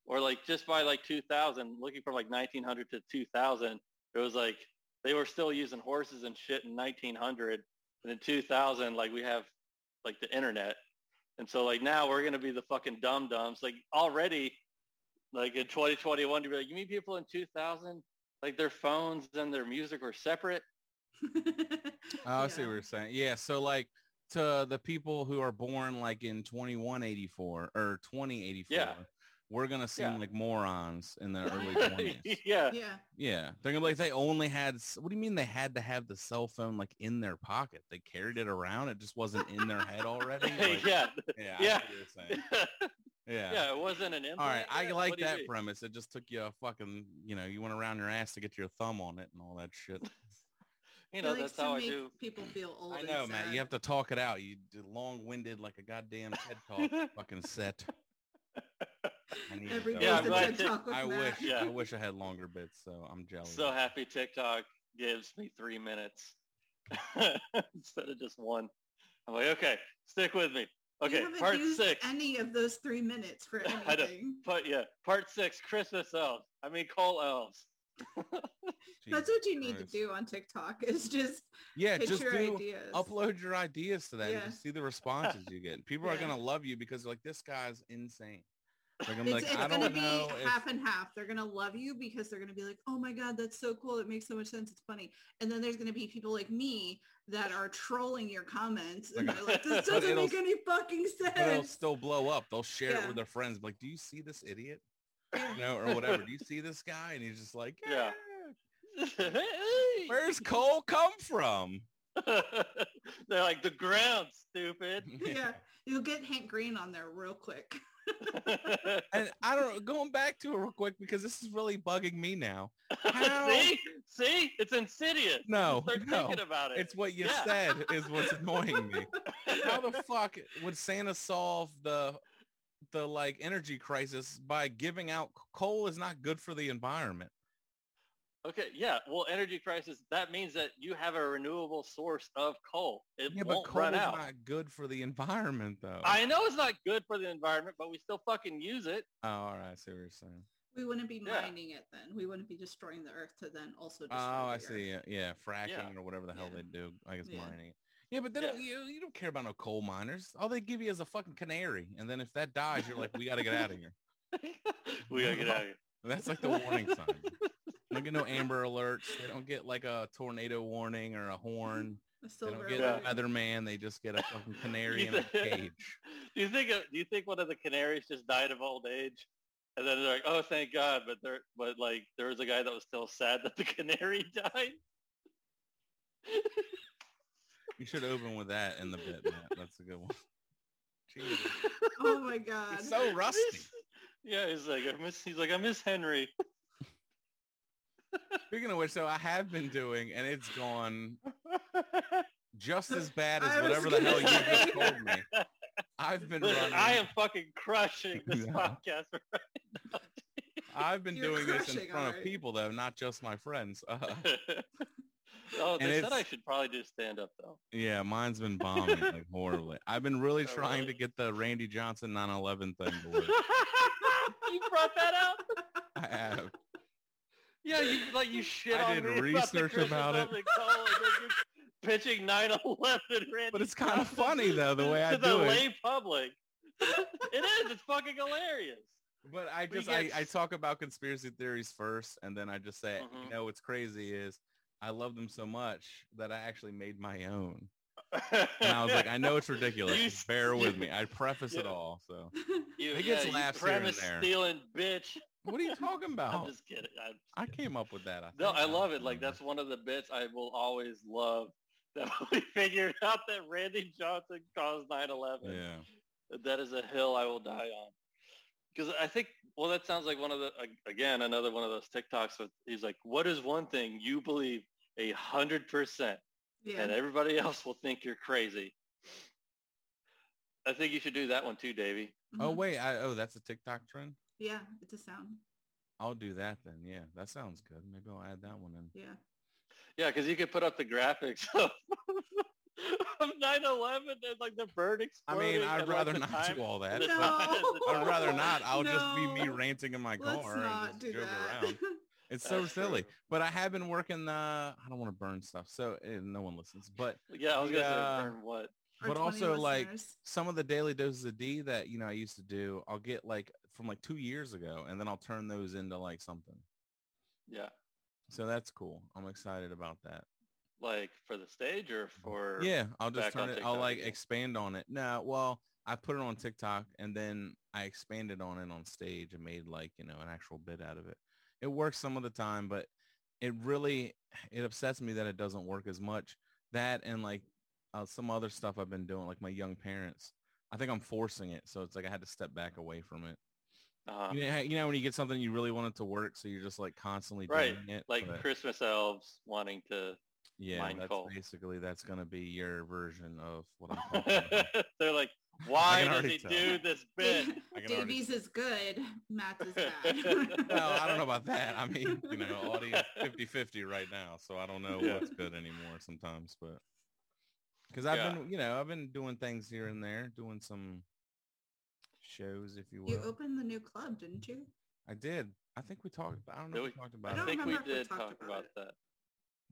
or like just by like 2000, looking from like 1900 to 2000, it was like they were still using horses and shit in 1900, and in 2000, like we have like the internet, and so like now we're gonna be the fucking dumb dumbs. Like already, like in 2021, to be like you mean people in 2000, like their phones and their music were separate. Oh, I see what you're saying. Yeah. So like to the people who are born like in 2184 or 2084, Yeah. we're going to seem Yeah. like morons in the early 20s. yeah. yeah. yeah. They're going to be like, they only had, s- what do you mean they had to have the cell phone like in their pocket? They carried it around. It just wasn't in their head already. Like, yeah. Yeah. I Yeah. see what you're saying. yeah. Yeah. it wasn't an implant. All right, I yet? like What do you that mean? premise. It just took you a fucking, you know, you went around your ass to get your thumb on it and all that shit. You know, he likes that's to how I make do. people feel old. I and know, Matt. sad. You have to talk it out. You d- long-winded like a goddamn TED talk fucking set. I need to Every go. day's Yeah, I'm a glad TED to- talk with I Matt. wish. Yeah. I wish I had longer bits. So I'm jealous. So happy TikTok gives me three minutes instead of just one. I'm like, okay, stick with me. you Okay, haven't part used six. Any of those three minutes for I don't- anything. Part yeah, part six. Christmas elves. I mean, coal elves. That's Jesus what you need Christ. to do on TikTok is just Yeah, pitch just your do. ideas. Upload your ideas to that Yeah. and just see the responses you get. People are Yeah. gonna love you because they're like this guy's insane. Like I'm it's like it's I gonna don't be know. if- half and half. They're gonna love you because they're gonna be like, "Oh my god, that's so cool! It makes so much sense. It's funny." And then there's gonna be people like me that are trolling your comments, and Like, they're like, "This but doesn't it'll- make any fucking but it'll sense." still blow up. They'll share it Yeah. with their friends. Like, do you see this idiot? Yeah. You know, or whatever. do you see this guy? And he's just like, yeah. Yeah. Where's Cole come from? They're like the ground, stupid. yeah, you'll get Hank Green on there real quick. And I don't know, going back to it real quick because this is really bugging me now. How- see, see, it's insidious. No, Start no. thinking about it. It's what you Yeah. said is what's annoying me. How the fuck would Santa solve the the like energy crisis by giving out coal is not good for the environment. okay, yeah. Well, energy crisis. That means that you have a renewable source of coal. It Yeah, but won't coal is run out. not good for the environment though. I know it's not good for the environment, but we still fucking use it. Oh, all right, I see what you're saying. We wouldn't be Yeah. mining it then. We wouldn't be destroying the earth to then also Oh, destroy the I earth. see. Yeah, yeah, fracking or whatever the hell they Yeah. do. I guess Yeah. mining. Yeah, but they Yeah. don't, you, you don't care about no coal miners. All they give you is a fucking canary. And then if that dies, you're like, we got to get out of here. we gotta get out of here. That's like the warning sign. They don't get no amber alerts. They don't get like a tornado warning or a horn. A They silver don't get alert. a weatherman. They just get a fucking canary in a cage. Do you think of, do you think one of the canaries just died of old age? And then they're like, oh, thank God. But there, but like, there was a guy that was still sad that the canary died. You should open with that in the bit, Matt. That's a good one. Jesus. Oh my god. It's so rusty. Yeah, he's like, I miss, he's like, I miss Henry. Speaking of which, so I have been doing, and it's gone just as bad as I was whatever the hell you gonna just say. told me. I've been Listen, running. I am fucking crushing this Yeah. podcast. I've been You're doing this in crushing, front of alright. people though, not just my friends. Uh, oh, And they it's- said I should probably do stand up though. yeah, mine's been bombing like horribly. I've been really Oh, trying really? to get the Randy Johnson 9/11 thing to work. you brought that out? I have. Yeah, you like you shit I did on me about the research Christmas about it. and coal, and then you're pitching 9/11, Randy. But it's kinda Johnson funny, though, the to- way I to the do it. lay public. it is. It's fucking hilarious. But I We just get- I, I talk about conspiracy theories first, and then I just say, Mhm. you know, what's crazy is I love them so much that I actually made my own. And I was like, I know it's ridiculous. You- just bear with me. I preface it Yeah. all. So you, it gets yeah, you laughs here and premise there. Oh. stealing bitch. what are you talking I'm about? just kidding. I'm I came up with that. I No, think. I don't love it. Like remember. that's one of the bits I will always love that we figured out that Randy Johnson caused 9/11. yeah. That is a hill I will die on. Because I think, well, that sounds like one of the a- again another one of those TikToks. With he's like, "What is one thing you believe a hundred percent, yeah. and everybody else will think you're crazy?" I think you should do that one too, Davey. Oh Mhm. wait, I oh that's a TikTok trend. Yeah, it's a sound. I'll do that then. Yeah, that sounds good. Maybe I'll add that one in. Yeah. Yeah, because you could put up the graphics of, of 9/11 and like the bird I exploding. mean, I'd and, like, rather the not time- do all that. the No. time- the I'd time rather frame. not. I'll just be me No. ranting in my Let's car not and do just joke that. around. It's so That's silly. true. But I have been working the. I don't want to burn stuff, so eh, no one listens. But Yeah, I was gonna Yeah. say burn what? Our But 20 also, like, listeners. some of the daily doses of D that you know I used to do, I'll get like from like two years ago, and then I'll turn those into like something. Yeah, So that's cool. I'm excited about that. like for the stage or for yeah, I'll just back turn on it. I'll TikTok like again. expand on it. No, well, I put it on TikTok and then I expanded on it on stage and made like you know an actual bit out of it. It works some of the time, but it really it upsets me that it doesn't work as much. That and like uh, some other stuff I've been doing, like my young parents. I think I'm forcing it, so it's like I had to step back away from it. uh, You know, you know when you get something you really want it to work, so you're just like constantly right, doing it. like but- Christmas elves wanting to. yeah, mind that's call. basically that's gonna be your version of what I'm talking about. They're like, why does Mm-hmm. already he tell. do this bit? I can already Davies is good. Matt's is bad. Well, I don't know about that. I mean, you know, audience 50-50 right now, so I don't know Yeah. what's good anymore sometimes, but because I've Yeah. been, you know, I've been doing things here and there, doing some shows, if you will. You opened the new club, didn't you? I did. I think we talked. I don't know. if Did we? we talked I, about it. don't think we remember if we did talked talk about about it. that.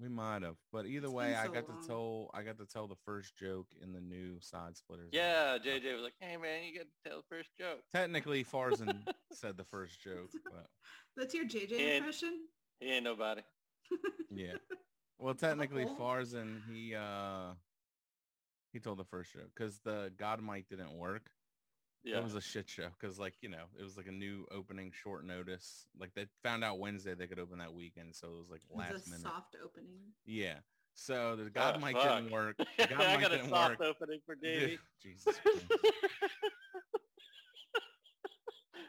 We might have, but either It's way, been I so got long. to tell. I got to tell the first joke in the new side splitters. Uh, Yeah, JJ was like, hey man, you got to tell the first joke. Technically, Farzan said the first joke, but That's your JJ And- impression? He ain't nobody. Yeah. Well, technically, Cool. Farzan he uh he told the first show because the God mic didn't work. Yeah, It was a shit show because, like you know, it was like a new opening, short notice. Like they found out Wednesday they could open that weekend, so it was like It's last a minute. soft opening. Yeah. So the God Oh, mic fuck. didn't work. The God I mic got a didn't soft work. opening for Davey. Jesus. Christ.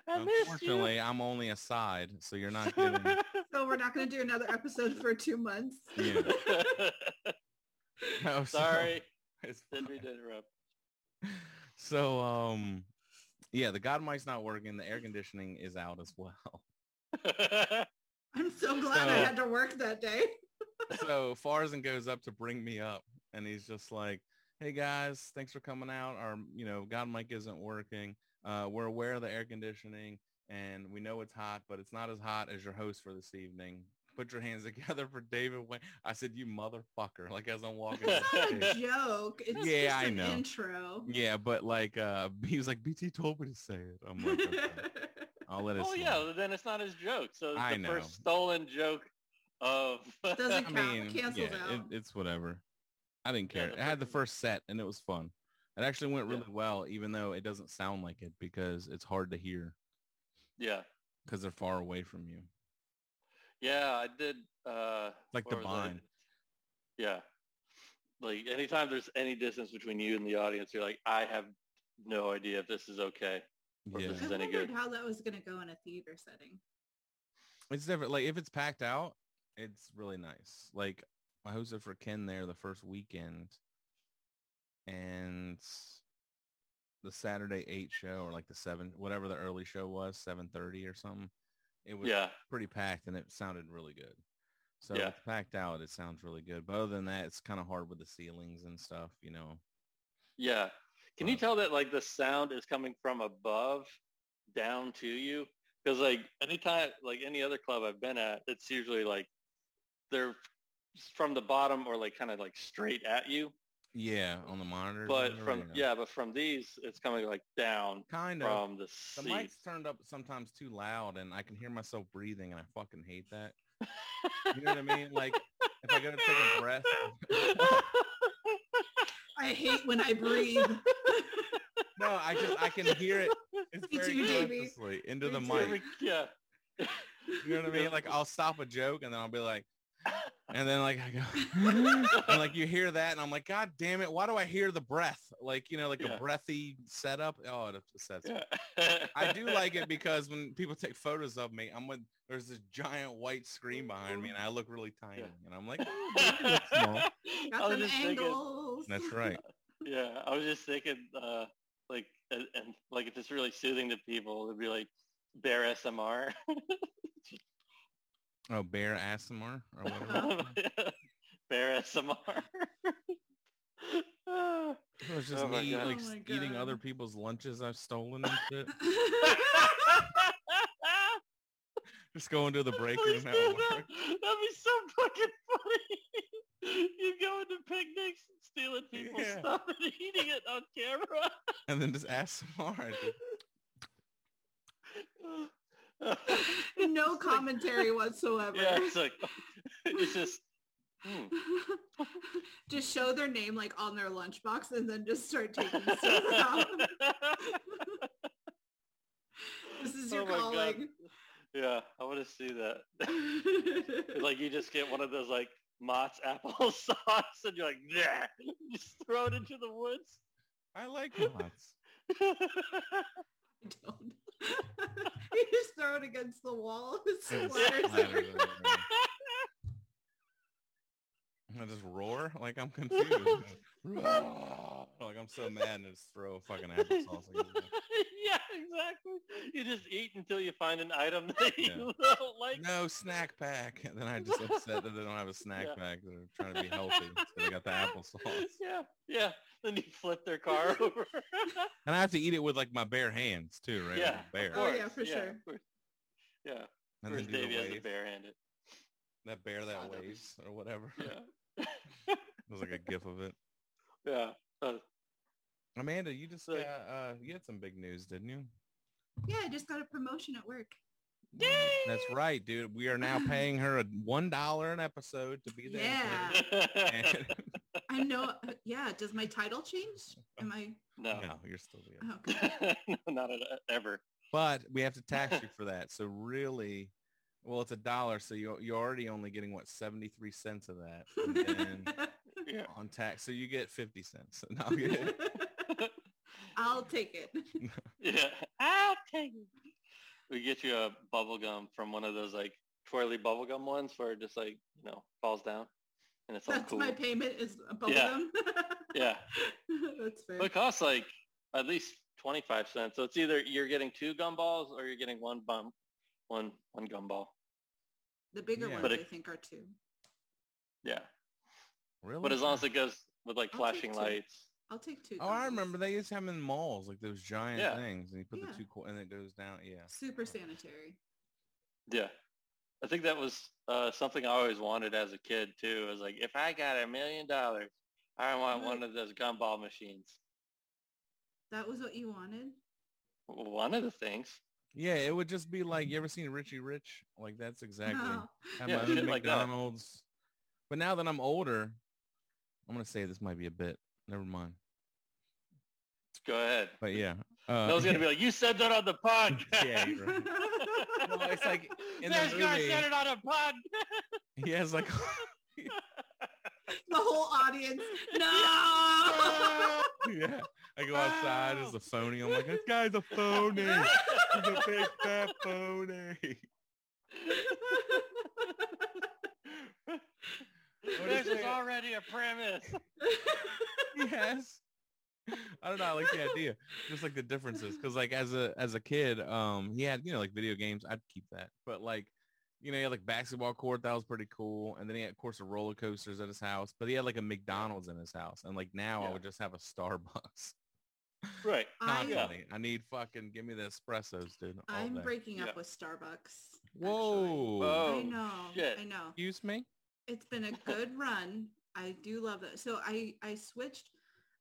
I missed you. Unfortunately, I'm only a side, so you're not getting. So we're not going to do another episode for two months. Yeah. No, Oh, so- Sorry, it's didn't mean fine. to interrupt. So um, yeah, the God mic's not working. The air conditioning is out as well. I'm so glad I So- had to work that day. so Farzan goes up to bring me up and he's just like, hey guys, thanks for coming out. Our, you know, God mic isn't working. Uh, we're aware of the air conditioning and we know it's hot, but it's not as hot as your host for this evening. Put your hands together for David Wayne. I said, you motherfucker, like as I'm walking. up It's the not stairs. a joke. It's Yeah, just I an know. intro. yeah, but like, uh, he was like, BT told me to say it. I'm like, okay, I'll let it oh slide. yeah, well, then it's not his joke. So it's I the know. first stolen joke of Doesn't I count. It mean, cancels yeah, It, out. it's whatever. I didn't Yeah, care. the I had the first- first set and it was fun. It actually went Yeah. really well, even though it doesn't sound like it because it's hard to hear yeah, because they're far away from you. yeah. I did. Uh, Like the where was I? bind. Yeah, like anytime there's any distance between you and the audience, you're like, I have no idea if this is okay. Or Yeah. this I is any wondered good. how that was going to go in a theater setting. It's different. Like if it's packed out, it's really nice. Like I hosted for Ken there the first weekend and the Saturday 8 show or like the 7, whatever the early show was, 7.30 or something. It was Yeah, pretty packed and it sounded really good. So Yeah. it's packed out. It sounds really good. But other than that, it's kind of hard with the ceilings and stuff, you know. yeah. Can you Wow. tell that like the sound is coming from above down to you? Because like anytime, like any other club I've been at, it's usually like they're from the bottom or like kind of like straight at you. Yeah, on the monitor. But from yeah, but from these, it's coming like down kind of. from the The seat. mic's turned up sometimes too loud, and I can hear myself breathing, and I fucking hate that. You know what I mean? Like if I go to take a breath, I hate when I breathe. no, I just I can hear it. It's Me very too, Davey. consciously into Me the too. mic. yeah. You know what I mean? Like I'll stop a joke, and then I'll be like, and then like I go. and like you hear that and I'm like, God damn it, why do I hear the breath? Like, you know, like Yeah. a breathy setup. Oh, it upsets me. Yeah. I do like it because when people take photos of me, I'm with there's this giant white screen behind me and I look really tiny. Yeah. And I'm like, "Oh, David looks small." I Got was some just thinking- angles. that's right. Yeah, I was just thinking, uh, like, and, and like if it's really soothing to people, it'd be like bare SMR. Oh, Bear Asimar or whatever. bare SMR. Uh, It was just Oh my me God. like Oh my eating God. other people's lunches I've stolen and shit. just going to the break Please room do at work. that. That'd be so fucking funny. you go into picnics and stealing people's Yeah. stuff and eating it on camera. and then just Asimar. and just- no It's like- commentary whatsoever. Yeah, it's like it's just hmm. just show their name like on their lunchbox and then just start taking stuff out. This is your Oh my God. calling. Yeah, I want to see that. like you just get one of those like Mott's apple sauce and you're like, yeah, just throw it into the woods. I like lots. I don't. you just throw it against the wall. It It's splatters splatters everywhere. everywhere. I just roar like I'm confused. Roar. like I'm so mad and just throw a fucking applesauce. against it. yeah, exactly. You just eat until you find an item that Yeah. you don't like. No snack pack. And then I just upset that they don't have a snack Yeah. pack. They're trying to be healthy. So they got the applesauce. Yeah, yeah. Then you flip their car over. And I have to eat it with like my bare hands too, right? Yeah, Like, bare. Oh, yeah, course, for sure. of course. Yeah, And then first do the Davey has to wave. barehand it. That bear Oh, that that'd be- waves or whatever. Yeah, it was like a gif of it. yeah. Amanda, you just got, Like- uh, you had some big news, didn't you? Yeah, I just got a promotion at work. That's right, dude. We are now paying her a one dollar an episode to be there. Yeah. And- I know. Yeah, does my title change? Am I? no, no, you're still the. Oh, God. not at, ever. But we have to tax you for that. So really, Well, it's a dollar, so you you're already only getting what seventy three cents of that and then Yeah. on tax, so you get fifty cents. No, I'm kidding. I'll take it. Yeah. I'll take it. Ah, We get you a bubble gum from one of those like twirly bubble gum ones where it just like, you know, falls down and it's all That's cool. my payment is a bubble Yeah. gum. yeah. That's fair. But it costs like at least 25 cents. So it's either you're getting two gumballs or you're getting one bum, one, one gumball. the bigger Yeah. ones, But I it- think, are two. Yeah. Really? But as long as it goes with like Oh, I'll flashing take two. lights. I'll take two. Oh, I gumballs. remember they used to have them in malls, like those giant Yeah. things, and you put the Yeah. two co- and it goes down. Yeah. Super sanitary. Yeah. I think that was uh, something I always wanted as a kid too. It was like, if I got a million dollars, I want one of those gumball machines. That was what you wanted? One of the things. Yeah, it would just be like you ever seen Richie Rich? Like that's exactly. No. Have Yeah, my shit own like that. McDonald's. but now that I'm older, I'm gonna say this might be a bit. Never mind. Go ahead. But yeah. Uh, I was gonna be like, you said that on the podcast. Yeah, you're right. Well, it's like in the This guy movie- said it on a pod. he has like the whole audience. No. yeah. I go outside as a phony. I'm like, this guy's a phony. He's a big fat phony. this is is it? already a premise. yes. I don't know. I like the idea. Just like the differences, because like as a as a kid, um, he had you know like video games. I'd keep that, but like, you know, he had like basketball court that was pretty cool, and then he had of course of roller coasters at his house. But he had like a McDonald's in his house, and like now I Yeah. would just have a Starbucks. Right. I- Constantly, I need fucking give me the espressos, dude. all I'm day. breaking up Yeah. with Starbucks. actually. Whoa. Whoa. I Oh, know. shit. I know. Excuse me. It's been a good run. I do love that. So I I switched.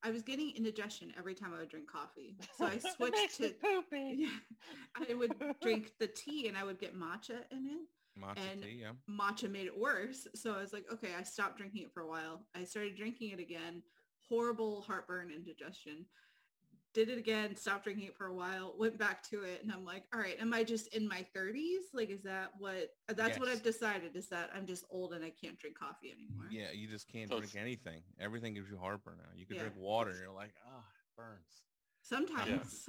I was getting indigestion every time I would drink coffee. So I switched to poopy. I would drink the tea and I would get matcha in it. Matcha And- tea, yeah. matcha made it worse. So I was like, okay, I stopped drinking it for a while. I started drinking it again. Horrible heartburn, indigestion. Did it again, stopped drinking it for a while, went back to it. And I'm like, all right, am I just in my 30s? Like, is that what, that's what Yes. I've decided is that I'm just old and I can't drink coffee anymore. Yeah, you just can't So drink it's- anything. Everything gives you heartburn now. You can Yeah. drink water, and you're like, ah, it burns. Sometimes.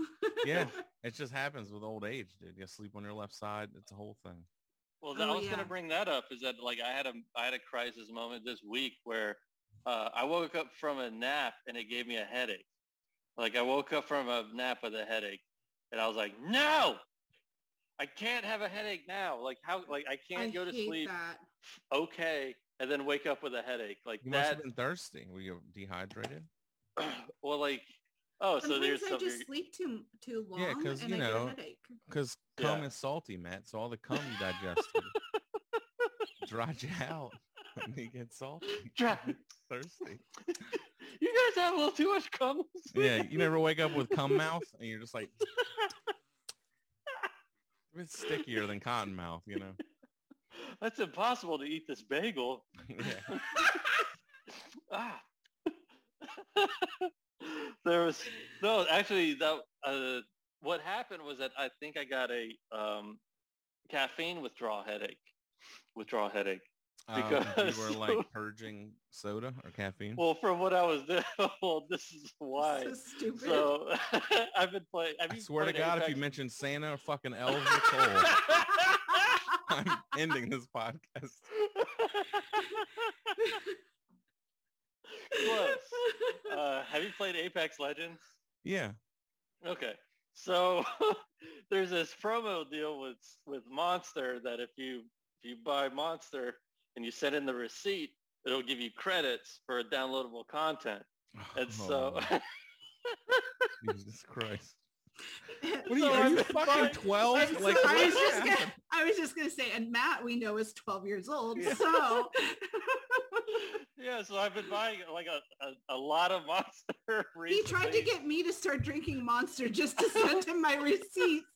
Yeah, it just happens with old age, dude. You sleep on your left side. It's a whole thing. Well, that, Oh, I was yeah. gonna bring that up. Is that like I had a I had a crisis moment this week where uh, I woke up from a nap and it gave me a headache. Like I woke up from a nap with a headache, and I was like, no, I can't have a headache now. Like how? Like I I can't go to hate sleep that. okay and then wake up with a headache. Like You must that. have been thirsty. Were you dehydrated? well, like oh, so Sometimes there's I some. just sleep too too long Yeah, 'cause, and you I know, get a headache. Because Yeah. cum is salty, Matt. So all the cum you digested dries you out when you get salty. Dry- thirsty. you guys have a little too much cum. this week. Yeah, you never wake up with cum mouth, and you're just like, it's stickier than cotton mouth, you know. That's impossible to eat this bagel. yeah. ah. there was no actually that uh, what happened was that I think I got a um, caffeine withdrawal headache. Withdrawal headache. Um, Because- you were like purging soda or caffeine. Well, from what I was doing, well, this is why. So stupid. So I've been playing. I swear to God, if you mention Santa or fucking Elves Nicole, I'm ending this podcast. Close. uh, have you played Apex Legends? Yeah. Okay. So there's this promo deal with with Monster that if you if you buy Monster and you send in the receipt, it'll give you credits for downloadable content. And so Oh, Jesus Christ. What are you- So are I've you been fucking buying- twelve? I'm so- I was just gonna, I was just gonna say, and Matt we know is 12 years old, Yeah. so yeah, so I've been buying like a, a, a lot of Monster he recently. tried to get me to start drinking Monster just to send him my receipts.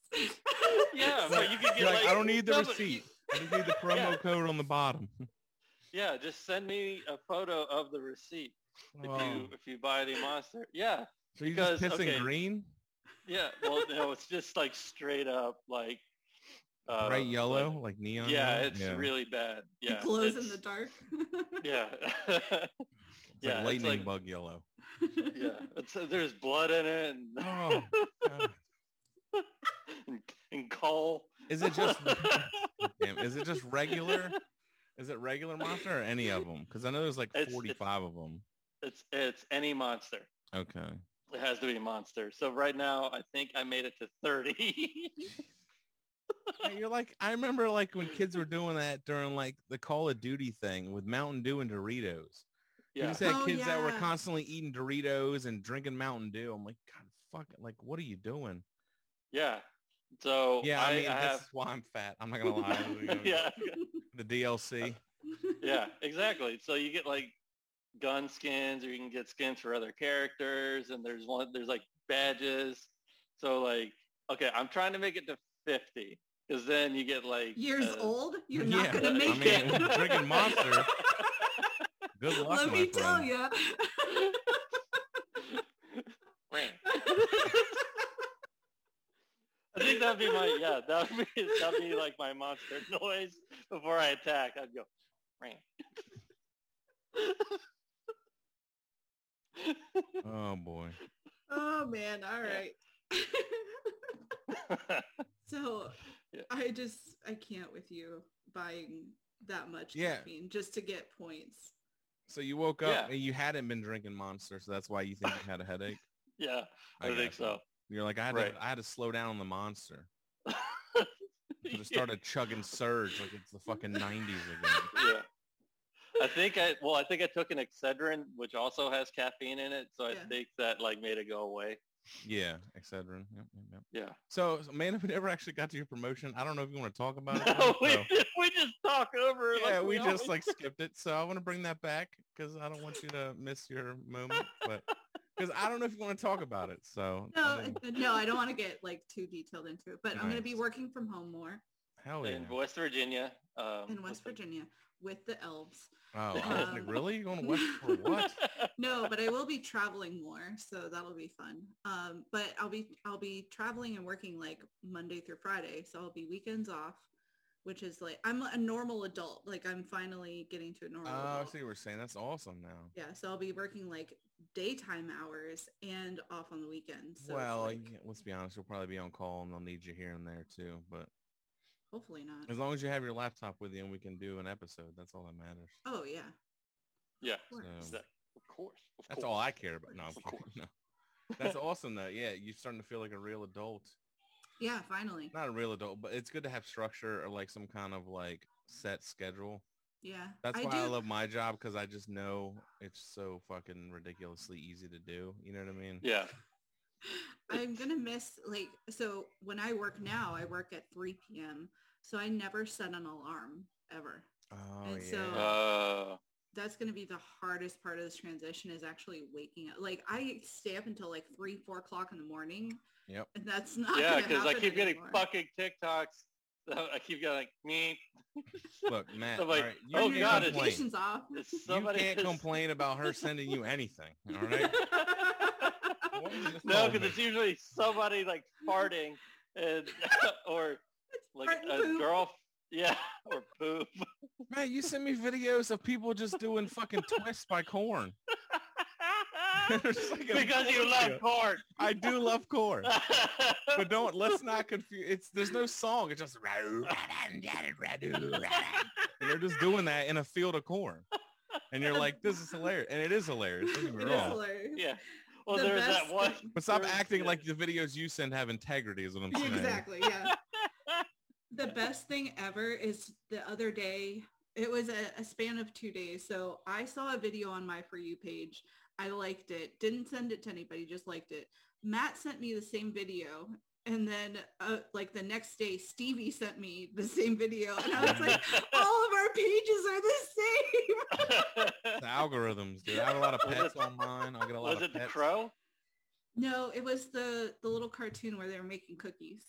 Yeah, but you can get You're like, like I don't need the no, but you- receipt. I just need the promo Yeah. code on the bottom. Yeah, just send me a photo of the receipt if Oh. you if you buy any Monster. Yeah. So you're just because- pissing okay. green? Yeah, well, no, it's just like straight up like Uh, bright yellow, but- like neon. yeah, yellow? it's really bad. Yeah, it glows in it's- the dark. Yeah, It's like yeah, it's lightning like- bug yellow. yeah. It's, uh, there's blood in it and, Oh, God. and, and coal. is it just damn, is it just regular? Is it regular monster or any of them? Because I know there's like It's- it's- 45 of them. It's it's any monster. Okay. It has to be a monster. So right now, I think I made it to 30. Yeah, You're like I remember like when kids were doing that during like the Call of Duty thing with Mountain Dew and Doritos. You yeah. just had Oh, kids that were yeah. constantly eating Doritos and drinking Mountain Dew. I'm like, God, fuck it. Like, what are you doing? Yeah. So Yeah, I, I, mean, I that's have. why I'm fat. I'm not gonna lie. You know, yeah, The DLC. yeah, exactly. So you get like gun skins, or you can get skins for other characters, and there's one, there's like badges. So like, okay, I'm trying to make it to 50, because then you get like Years uh, old, you're not yeah, gonna I make I mean, it. with drinking Monster. Good luck, Let my me tell friend. you. I think that'd be my yeah, that'd be that'd be like my monster noise before I attack. I'd go, ring. Oh boy. Oh man, all Yeah. right. so Yeah. I just I can't with you buying that much Yeah. caffeine just to get points. So you woke up Yeah. and you hadn't been drinking Monster, so that's why you think you had a headache. yeah, I, got think you. so. You're like, I had Right. to, I had to slow down on the Monster. Should have started chugging Surge like it's the fucking 90s again. yeah. I think I well, I think I took an Excedrin, which also has caffeine in it, so I Yeah. think that like made it go away. Yeah, Excedrin. Yep, yep, yep. Yeah. So, so, man, if we never actually got to your promotion, I don't know if you want to talk about it. No, Tom, we, so- we just talk over. it yeah, like we just always like skipped it. So I want to bring that back because I don't want you to miss your moment. But because I don't know if you want to talk about it. So I No, mean, uh, no, I don't want to get like too detailed into it, but I'm going to be Nice. working from home more hell yeah. in West Virginia. Um, in West with the- Virginia with the elves. Oh, I was like, Um, really? You going to West for what? No, but I will be traveling more, so that'll be fun. Um, but I'll be I'll be traveling and working like Monday through Friday, so I'll be weekends off, which is like I'm a normal adult. Like I'm finally getting to a normal. Oh, I adult. see what you're saying. That's awesome now. Yeah, so I'll be working like daytime hours and off on the weekends. So it's, well, like, yeah, let's be honest. You'll probably be on call and they'll need you here and there too. But hopefully not. as long as you have your laptop with you and we can do an episode, that's all that matters. Oh yeah. Yeah. Of course. So- Exactly. Of course. Of That's course. all I care about. No, I'm Of kidding. course. no. That's awesome though. Yeah, you're starting to feel like a real adult. Yeah, finally. not a real adult, but it's good to have structure or like some kind of like set schedule. Yeah. That's why do, I love my job because I just know it's so fucking ridiculously easy to do. You know what I mean? Yeah. I'm gonna miss like so when I work now, I work at 3 p.m. So I never set an alarm ever. Oh And yeah. so- Uh, That's gonna be the hardest part of this transition is actually waking up. Like I stay up until like three, four o'clock in the morning. Yep. And that's not yeah, gonna because I happen keep getting anymore. fucking TikToks. I keep getting like, me. Look, Matt. I'm like, all right, you oh, can't God, it's- complain. Notifications off. You Somebody can't is- complain about her sending you anything. All right. What is this no, all because it's usually somebody like farting and or like Fart and a poop. girl. Yeah, or poop. Matt, you send me videos of people just doing fucking twists by corn. There's like a because you bullshit. love corn. I do love corn. But don't let's not confuse it's there's no song. It's just and they're just doing that in a field of corn. And you're like, this is hilarious. And it is hilarious. Don't get me It is wrong. hilarious. yeah. Well, The there's best that one. thing- But stop There is- acting yeah. like the videos you send have integrity is what I'm saying. Exactly. Yeah. the best thing ever is the other day. It was a, a span of two days. So I saw a video on my For You page. I liked it. Didn't send it to anybody. Just liked it. Matt sent me the same video. And then uh, like the next day, Stevie sent me the same video. And I was like, all of our pages are the same. The algorithms, dude. I have a lot of pets on mine. I get a lot Was of it the pets. crow? No, it was the, the little cartoon where they were making cookies.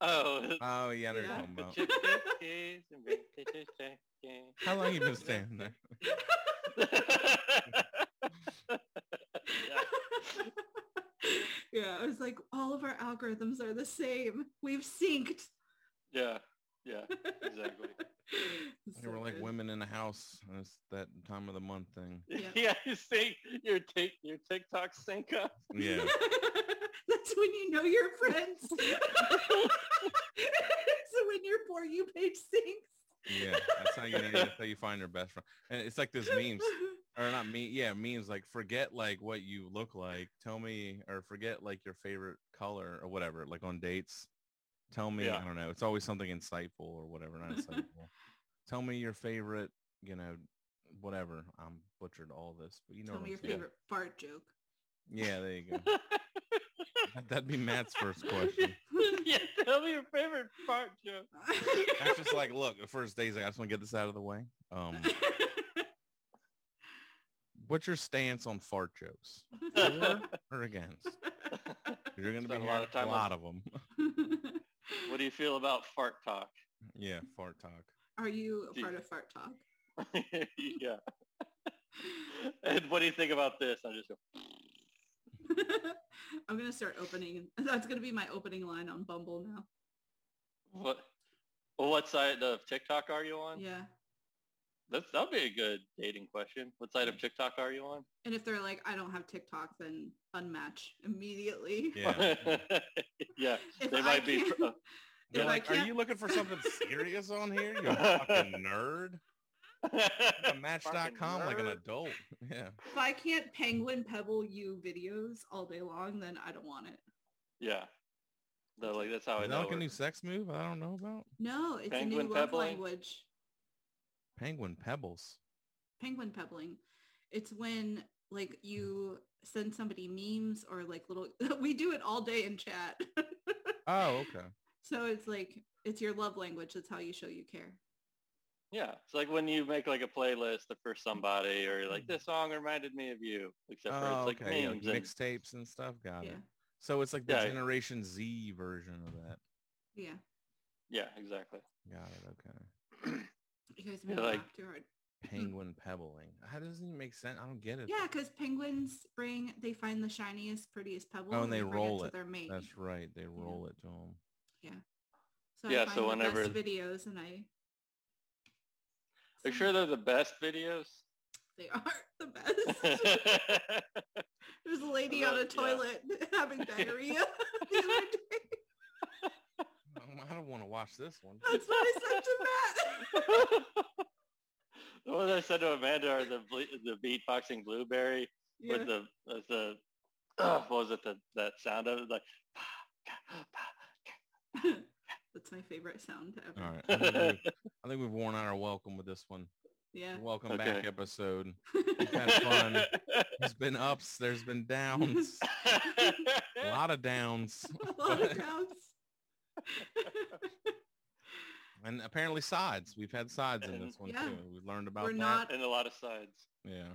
Oh, Oh yeah, I know what you're Yeah. talking the about. chick- chick- chick- chick- chick- chick- chick. How long you been standing there? Yeah. yeah, I was like, all of our algorithms are the same. We've synced. Yeah. Yeah, exactly. They were like women in a house. and It's that time of the month thing. Yeah. Yeah, you see your tick your TikTok sync up. Yeah. That's when you know your friends. so when your for you page sinks. Yeah. That's how you know that's how you find your best friend. And it's like this memes. Or not me yeah, memes like forget like what you look like. Tell me or forget like your favorite color or whatever, like on dates. Tell me, Yeah. I don't know. It's always something insightful or whatever, not insightful. Tell me your favorite, you know, whatever. I'm butchered all this, but you know Tell what me I'm your saying. favorite fart joke. Yeah, there you go. That- That'd be Matt's first question. yeah, tell me your favorite part, Joe. That's just like, look, the first day's like, I just want to get this out of the way. Um, what's your stance on fart jokes? For or against? You're going to be Spent a lot of time a on- lot of them. What do you feel about fart talk? yeah, fart talk. Are you a Gee. part of fart talk? yeah. And what do you think about this? I'm just going, I'm gonna start opening. That's gonna be my opening line on Bumble now. what? Well, what side of TikTok are you Um, on? Yeah. That's, that'll be a good dating question. What side of TikTok are you on? And if they're like, I don't have TikTok, then unmatch immediately. Yeah. yeah. If They I might be. can't- They're I like, are can't- you looking for something serious on here? You fucking nerd. Go to Match.com like an nerd. adult. Yeah. if I can't penguin pebble you videos all day long, then I don't want it. yeah. No, like that's how I Is that know. like a new her. sex move I don't know about? No, it's a Penguin new love pebbling? language. Penguin Pebbles. Penguin pebbling. It's when like you send somebody memes or like little we do it all day in chat. Oh, okay. so it's like it's your love language. That's how you show you care. Yeah, it's like when you make like a playlist for somebody, or like this song reminded me of you, except for Hmm. Oh, it's like okay. yeah, memes. and- mixtapes and stuff. Got Yeah. it. So it's like the Yeah. Generation Z version of that. Yeah. yeah, exactly. Got it. Okay. You guys Yeah, made me like- laugh too hard. Penguin pebbling. How doesn't it make sense? I don't get it. Yeah, because penguins bring they find the shiniest, prettiest pebble. Oh, and they bring roll to it. Their mate. That's right. They roll it to them. So I Yeah, find so the best whenever- videos and I Make sure they're the best videos. they are the best. There's a lady on a Look, yeah. toilet having diarrhea. the other day. Um, I don't want to watch this one. That's what I said to Matt. the ones I sent to Amanda are the ble- the beatboxing blueberry Yeah. with the with the uh, what was it the, that sound of it like. That's my favorite sound ever. All right. I think, we've, I think we've worn out our welcome with this one. Yeah. Welcome back Okay. episode. Had fun. There's been ups. There's been downs. a lot of downs. a lot of crowds. And apparently sides. We've had sides in this one Yeah. too. We learned about We're that. not- and a lot of sides. Yeah.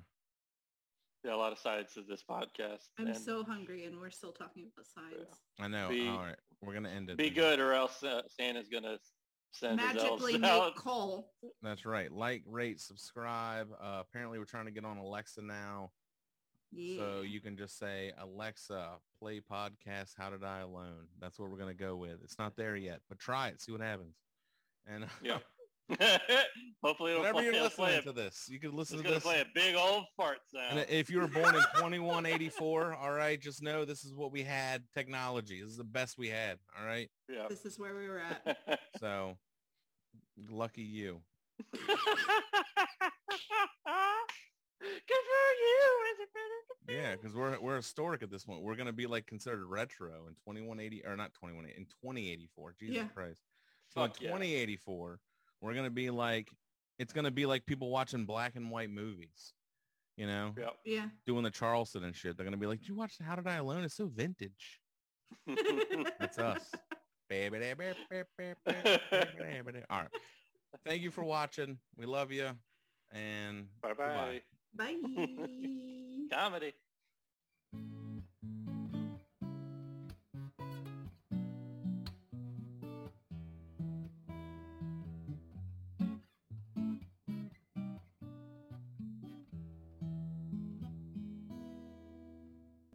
Yeah, a lot of sides to this podcast. I'm and so hungry and we're still talking about signs. I know. Be- All right. We're going to end it. be there. good or else uh, Santa's gonna send Magically his elves make out. call. That's right. Like, rate, subscribe. Uh, apparently we're trying to get on Alexa now. Yeah. So you can just say, Alexa, play podcast. How did I alone? That's what we're going to go with. It's not there yet, but try it. See what happens. And Yeah. Hopefully it'll whenever play, you're it'll play listening a, to this, you can it's listen to gonna this. play a big old fart And sound. if you were born in 2184, all right, just know this is what we had technology. This is the best we had. All right. yeah. this is where we were at. So lucky you. Good for you, Isabella. Yeah, because we're we're historic at this point. We're gonna be like considered retro in 2180 or not 21 in 2084. Jesus Yeah. Christ. So in Fuck yeah. 2084, we're gonna be like it's gonna be like people watching black and white movies. You know, Yeah. doing the Charleston and shit. They're gonna be like, "Did you watch How Did I Alone? It's so vintage." It's us. All right. Thank you for watching. We love you. And Bye Goodbye. bye. Bye. Comedy.